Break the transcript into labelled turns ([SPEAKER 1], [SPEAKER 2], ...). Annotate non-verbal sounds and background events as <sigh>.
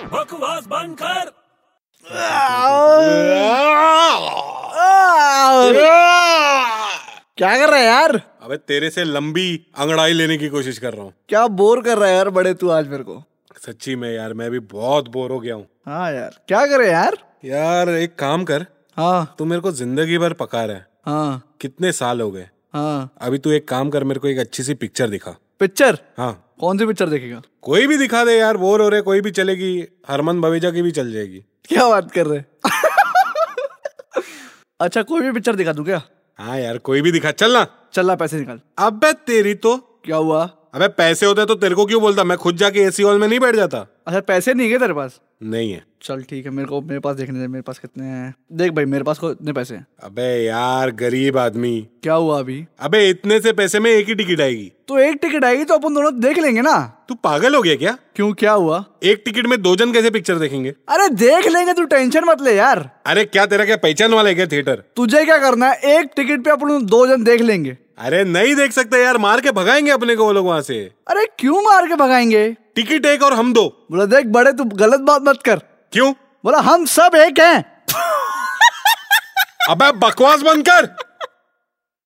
[SPEAKER 1] आवाज बंद कर
[SPEAKER 2] क्या कर रहा है यार
[SPEAKER 3] अबे तेरे से लंबी अंगड़ाई लेने की कोशिश कर रहा हूँ
[SPEAKER 2] क्या बोर कर रहा है यार बड़े तू आज मेरे को
[SPEAKER 3] सच्ची में यार मैं भी बहुत बोर हो गया हूँ
[SPEAKER 2] हाँ यार क्या करे यार
[SPEAKER 3] यार एक काम कर
[SPEAKER 2] हाँ
[SPEAKER 3] तू मेरे को जिंदगी भर पका रहा है
[SPEAKER 2] हाँ
[SPEAKER 3] कितने साल हो गए
[SPEAKER 2] हाँ
[SPEAKER 3] अभी तू एक काम कर मेरे को एक अच्छी सी पिक्चर दिखा
[SPEAKER 2] पिक्चर
[SPEAKER 3] हाँ
[SPEAKER 2] कौन सी पिक्चर देखेगा
[SPEAKER 3] कोई भी दिखा दे यार बोर हो रहे कोई भी चलेगी हरमन भवेजा की भी चल जाएगी
[SPEAKER 2] क्या बात कर रहे हैं? <laughs> अच्छा कोई भी पिक्चर दिखा दूं क्या
[SPEAKER 3] हाँ यार कोई भी दिखा चल ना
[SPEAKER 2] चल पैसे निकाल
[SPEAKER 3] अबे तेरी तो
[SPEAKER 2] क्या हुआ
[SPEAKER 3] अबे पैसे होते तो तेरे को क्यों बोलता मैं खुद जाके एसी हॉल में नहीं बैठ जाता
[SPEAKER 2] अच्छा पैसे नहीं है तेरे पास
[SPEAKER 3] नहीं है
[SPEAKER 2] चल ठीक है मेरे को मेरे पास देखने दे मेरे पास कितने हैं देख भाई मेरे पास को इतने पैसे हैं
[SPEAKER 3] अबे यार गरीब आदमी
[SPEAKER 2] क्या हुआ अभी
[SPEAKER 3] अबे इतने से पैसे में एक ही टिकट आएगी
[SPEAKER 2] तो एक टिकट आएगी तो अपन दोनों देख लेंगे ना
[SPEAKER 3] तू पागल हो गया क्या
[SPEAKER 2] क्यों क्या हुआ
[SPEAKER 3] एक टिकट में दो जन कैसे पिक्चर देखेंगे
[SPEAKER 2] अरे देख लेंगे तू टेंशन मत ले यार
[SPEAKER 3] अरे क्या तेरा क्या पहचान वाला है क्या थिएटर
[SPEAKER 2] तुझे क्या करना है एक टिकट पे अपन दो जन देख लेंगे
[SPEAKER 3] अरे नहीं देख सकते यार मार के भगाएंगे अपने को वो लोग वहां से
[SPEAKER 2] अरे क्यों मार के भगाएंगे
[SPEAKER 3] टिकट एक और हम दो
[SPEAKER 2] बोला देख बड़े तू गलत बात मत कर
[SPEAKER 3] क्यों
[SPEAKER 2] बोला हम सब एक हैं
[SPEAKER 3] अबे बकवास बंद कर